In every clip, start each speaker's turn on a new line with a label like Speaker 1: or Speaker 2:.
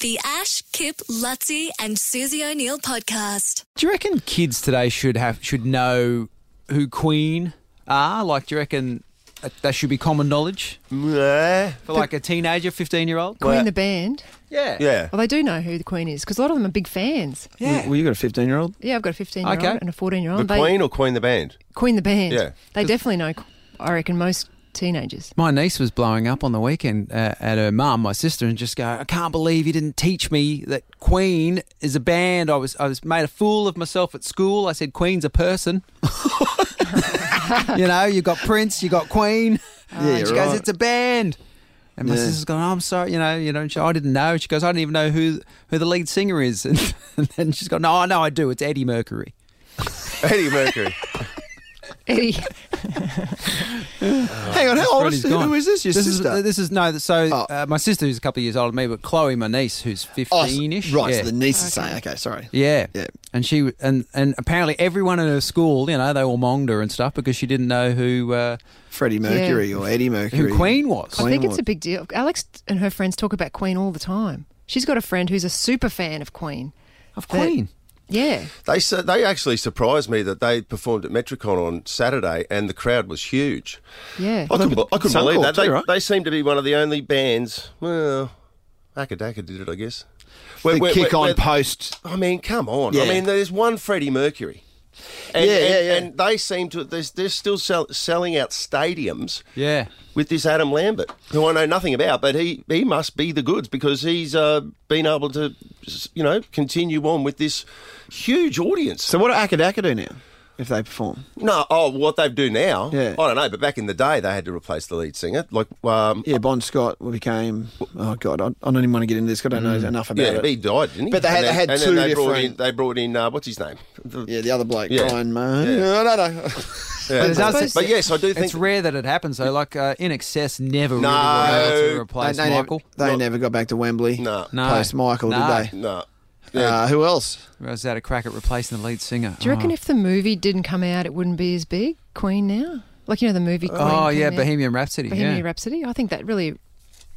Speaker 1: The Ash, Kip, Lutzi, and Susie O'Neill podcast.
Speaker 2: Do you reckon kids today should have should know who Queen are? Like, do you reckon that, that should be common knowledge
Speaker 3: Yeah.
Speaker 2: for like a teenager, fifteen year old?
Speaker 3: Well,
Speaker 4: Queen the band.
Speaker 2: Yeah,
Speaker 3: Yeah.
Speaker 4: Well, they do know who the Queen is because a lot of them are big fans.
Speaker 2: yeah.
Speaker 3: Well, you got a 15 year old?
Speaker 4: Yeah, I've got a 15 year
Speaker 2: Okay.
Speaker 4: old and a 14 year
Speaker 3: The
Speaker 4: old. They-
Speaker 3: Queen or Queen the Band?
Speaker 4: Queen the band.
Speaker 3: Yeah.
Speaker 4: They definitely know, qu- I reckon, most teenagers.
Speaker 2: My niece was blowing up on the weekend uh, at her mum, my sister, and just go, I can't believe you didn't teach me that Queen is a band. I was I was made a fool of myself at school. I said Queen's a person. you know, you got Prince, you got Queen.
Speaker 3: yeah,
Speaker 2: and she goes, it's a band. And my sister's going, I'm sorry, you know, you know. and She, I didn't know. She goes, I don't even know who who the lead singer is. And, and then she's gone, No, I know, I do. It's Eddie Mercury.
Speaker 3: Eddie Mercury.
Speaker 4: Eddie,
Speaker 5: Hang on, how old is
Speaker 2: Freddie's gone.
Speaker 5: who is Oh, this? Your
Speaker 2: this
Speaker 5: sister?
Speaker 2: Is, this is no. th- So
Speaker 5: Oh.
Speaker 2: uh, my sister who's a couple of years older than me, but Chloe, my niece, who's
Speaker 5: Oh, so-
Speaker 2: fifteen ish.
Speaker 5: Right,
Speaker 2: Yeah.
Speaker 5: so the niece is saying, okay, sorry.
Speaker 2: yeah.
Speaker 5: Yeah.
Speaker 2: And she w- and and apparently everyone in her school, you know, they all monged her and stuff because she didn't know who uh,
Speaker 5: Freddie Mercury or Eddie Mercury.
Speaker 2: who Queen was.
Speaker 4: I
Speaker 5: Queen
Speaker 4: think it's
Speaker 5: would-
Speaker 4: a big deal. Alex and her friends talk about Queen all the time. She's got a friend who's a super fan of Queen.
Speaker 2: Of
Speaker 4: But-
Speaker 2: Queen.
Speaker 4: Yeah.
Speaker 3: they su- they actually surprised me that they performed at Metricon on Saturday and the crowd was huge.
Speaker 4: Yeah.
Speaker 3: I couldn't, be- I couldn't
Speaker 5: Sun
Speaker 3: believe
Speaker 5: Corp
Speaker 3: that. They,
Speaker 5: too, right?
Speaker 3: they seem to be one of the only bands. Well, Akadaka did it, I guess. Where-
Speaker 5: The
Speaker 3: where-
Speaker 5: kick
Speaker 3: where-
Speaker 5: on
Speaker 3: where-
Speaker 5: post.
Speaker 3: I mean, come on. I
Speaker 5: Yeah.
Speaker 3: mean, there's one Freddie Mercury. And,
Speaker 5: Yeah,
Speaker 3: and,
Speaker 5: yeah, yeah.
Speaker 3: and they seem to they're, they're still sell, selling out stadiums.
Speaker 2: Yeah.
Speaker 3: with this Adam Lambert, who I know nothing about, but he, he must be the goods because he's uh, been able to, you know, continue on with this huge audience.
Speaker 5: So what do Akadaka do now if they perform?
Speaker 3: no, oh, what they do now,
Speaker 5: Yeah.
Speaker 3: I don't know, but back in the day they had to replace the lead singer. Like, um,
Speaker 5: Yeah, Bon Scott became. Oh God, I, I don't even want to get into this. 'cause I
Speaker 2: Mm.
Speaker 5: don't know enough about
Speaker 3: yeah,
Speaker 5: it.
Speaker 3: he died, didn't he?
Speaker 5: But they had-
Speaker 3: and
Speaker 5: they had
Speaker 3: and
Speaker 5: two
Speaker 3: they Brought in,
Speaker 5: different-
Speaker 3: they brought in uh, what's his name? The-
Speaker 5: yeah, the other bloke,
Speaker 3: Yeah.
Speaker 5: Brian May.
Speaker 3: Yeah.
Speaker 5: I don't know.
Speaker 2: But, it
Speaker 4: I
Speaker 2: does,
Speaker 4: suppose-
Speaker 3: But yes, I do think
Speaker 2: it's rare that it happens though. Like uh, in excess, never
Speaker 3: No.
Speaker 2: really were able
Speaker 3: They-
Speaker 2: to replace
Speaker 5: they
Speaker 2: Michael.
Speaker 5: Never, they never got back to Wembley.
Speaker 3: No.
Speaker 2: No.
Speaker 5: Post Michael,
Speaker 2: No.
Speaker 5: did they?
Speaker 3: no.
Speaker 5: Uh, who else?
Speaker 2: Was that a crack at replacing the lead singer? Oh.
Speaker 4: Do you reckon if the movie didn't come out, it wouldn't be as big? Queen now? Like, you know, the movie Queen.
Speaker 2: Oh
Speaker 4: came
Speaker 2: yeah,
Speaker 4: out.
Speaker 2: Bohemian Rhapsody.
Speaker 4: Bohemian
Speaker 2: yeah.
Speaker 4: Rhapsody. I think that really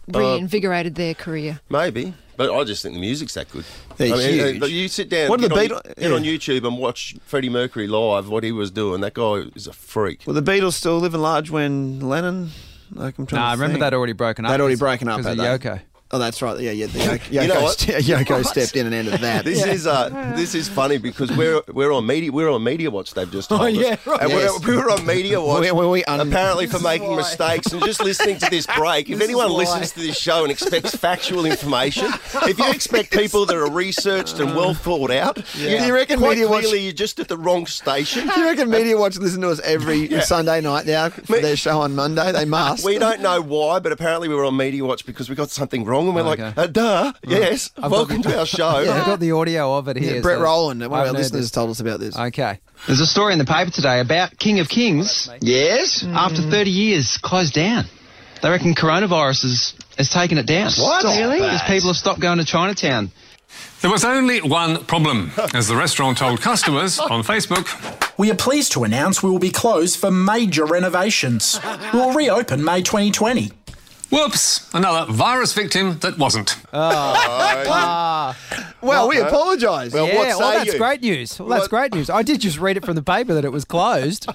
Speaker 4: reinvigorated their career.
Speaker 3: Maybe, but I just think the music's that good.
Speaker 5: They're
Speaker 3: I mean,
Speaker 5: huge.
Speaker 3: uh, You sit down,
Speaker 5: What did
Speaker 3: get,
Speaker 5: the
Speaker 3: on,
Speaker 5: Beatles-
Speaker 3: get on
Speaker 5: yeah.
Speaker 3: YouTube and watch Freddie Mercury live, what he was doing. That guy is a freak.
Speaker 5: Were the Beatles still living large when Lennon? Like I'm trying
Speaker 2: Nah,
Speaker 5: to
Speaker 2: I remember
Speaker 5: think.
Speaker 2: that already broken up.
Speaker 5: They'd already
Speaker 2: because-
Speaker 5: broken up,
Speaker 2: because of
Speaker 5: had they?
Speaker 2: Yoko.
Speaker 5: Oh, that's right. Yeah, yeah. The Yoko, Yoko,
Speaker 3: You know what?
Speaker 5: ste- Yoko stepped in and ended that.
Speaker 3: This is uh, this is funny because we're we're on media we're on media watch. They've just told
Speaker 2: yeah,
Speaker 3: us,
Speaker 2: right.
Speaker 3: and we're-
Speaker 5: Yes.
Speaker 3: we were on media watch.
Speaker 5: We- we- we un-
Speaker 3: apparently for
Speaker 2: is
Speaker 3: making
Speaker 2: why.
Speaker 3: mistakes and just listening to this break. If
Speaker 2: This is
Speaker 3: anyone
Speaker 2: why.
Speaker 3: listens to this show and expects factual information, if you expect people that are researched and well thought out,
Speaker 5: Do you reckon
Speaker 3: quite
Speaker 5: Media Watch-
Speaker 3: clearly you're just at the wrong station.
Speaker 5: Do you reckon Media Watch listen to us every Sunday night now for
Speaker 3: Me-
Speaker 5: their show on Monday? They must.
Speaker 3: We don't know why, but apparently we were on Media Watch because we got something wrong, and we're like,
Speaker 2: Oh, Okay.
Speaker 3: uh, "Duh, yes, welcome to our show."
Speaker 2: I've got the audio of it here.
Speaker 5: Yeah, Brett
Speaker 2: so
Speaker 5: Rowland,
Speaker 2: I
Speaker 5: one of our
Speaker 2: haven't heard
Speaker 5: listeners,
Speaker 2: this.
Speaker 5: told us about this.
Speaker 2: Okay.
Speaker 6: There's a story in the paper today about King of Kings. yes.
Speaker 2: Hmm.
Speaker 6: After
Speaker 4: Mm.
Speaker 6: 30 years, closed down. They reckon coronavirus has, has taken it down. What?
Speaker 4: Really?
Speaker 6: Because people have stopped going to Chinatown.
Speaker 7: There was only one problem, as the restaurant told customers on Facebook.
Speaker 8: We are pleased to announce we will be closed for major renovations. We will reopen May 2020.
Speaker 7: Whoops, another virus victim that wasn't.
Speaker 3: Oh,
Speaker 5: Well, we apologise.
Speaker 3: Well,
Speaker 2: Yeah,
Speaker 3: what say
Speaker 2: well, that's
Speaker 3: you?
Speaker 2: great news. Well, that's
Speaker 3: What-
Speaker 2: great news. I did just read it from the paper that it was closed.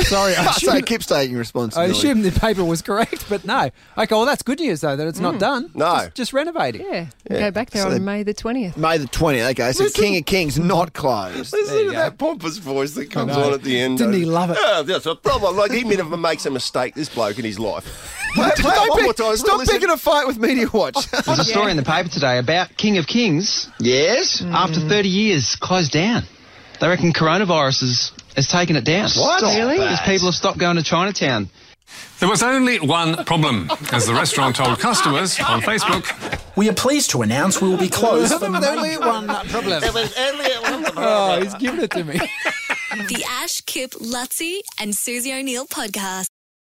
Speaker 2: Sorry, I
Speaker 5: so
Speaker 2: assumed,
Speaker 5: Kip's taking
Speaker 2: I
Speaker 5: responsibility.
Speaker 2: assumed the paper was correct, but no. Okay, well, that's good news, though, that it's
Speaker 6: Mm.
Speaker 2: not done.
Speaker 3: No.
Speaker 2: Just, just renovating.
Speaker 4: Yeah, go back there
Speaker 5: So
Speaker 4: on
Speaker 5: they-
Speaker 4: May the twentieth.
Speaker 5: May the 20th. Okay, so
Speaker 2: Listen-
Speaker 5: King of Kings not closed.
Speaker 2: There
Speaker 3: Listen
Speaker 2: you
Speaker 3: to
Speaker 2: go.
Speaker 3: that pompous voice that comes
Speaker 2: know.
Speaker 3: on at the end.
Speaker 2: Didn't he love it?
Speaker 3: Yeah, that's a problem. Like, even if he makes a mistake, this bloke in his life.
Speaker 5: Don't
Speaker 3: one more
Speaker 5: pick,
Speaker 3: time.
Speaker 5: stop
Speaker 3: Listen.
Speaker 5: picking a fight with Media Watch.
Speaker 6: There's a story in the paper today about King of Kings.
Speaker 5: yes.
Speaker 2: Mm.
Speaker 6: After 30 years, closed down. They reckon coronavirus has, has taken it down. What?
Speaker 5: Really?
Speaker 6: Because people have stopped going to Chinatown.
Speaker 7: There was only one problem, as the restaurant told customers on Facebook.
Speaker 8: We are pleased to announce we will be closed for
Speaker 2: Only one problem. Oh, he's giving it to me.
Speaker 1: The Ash, Kip, Lutzi, and Susie O'Neill podcast.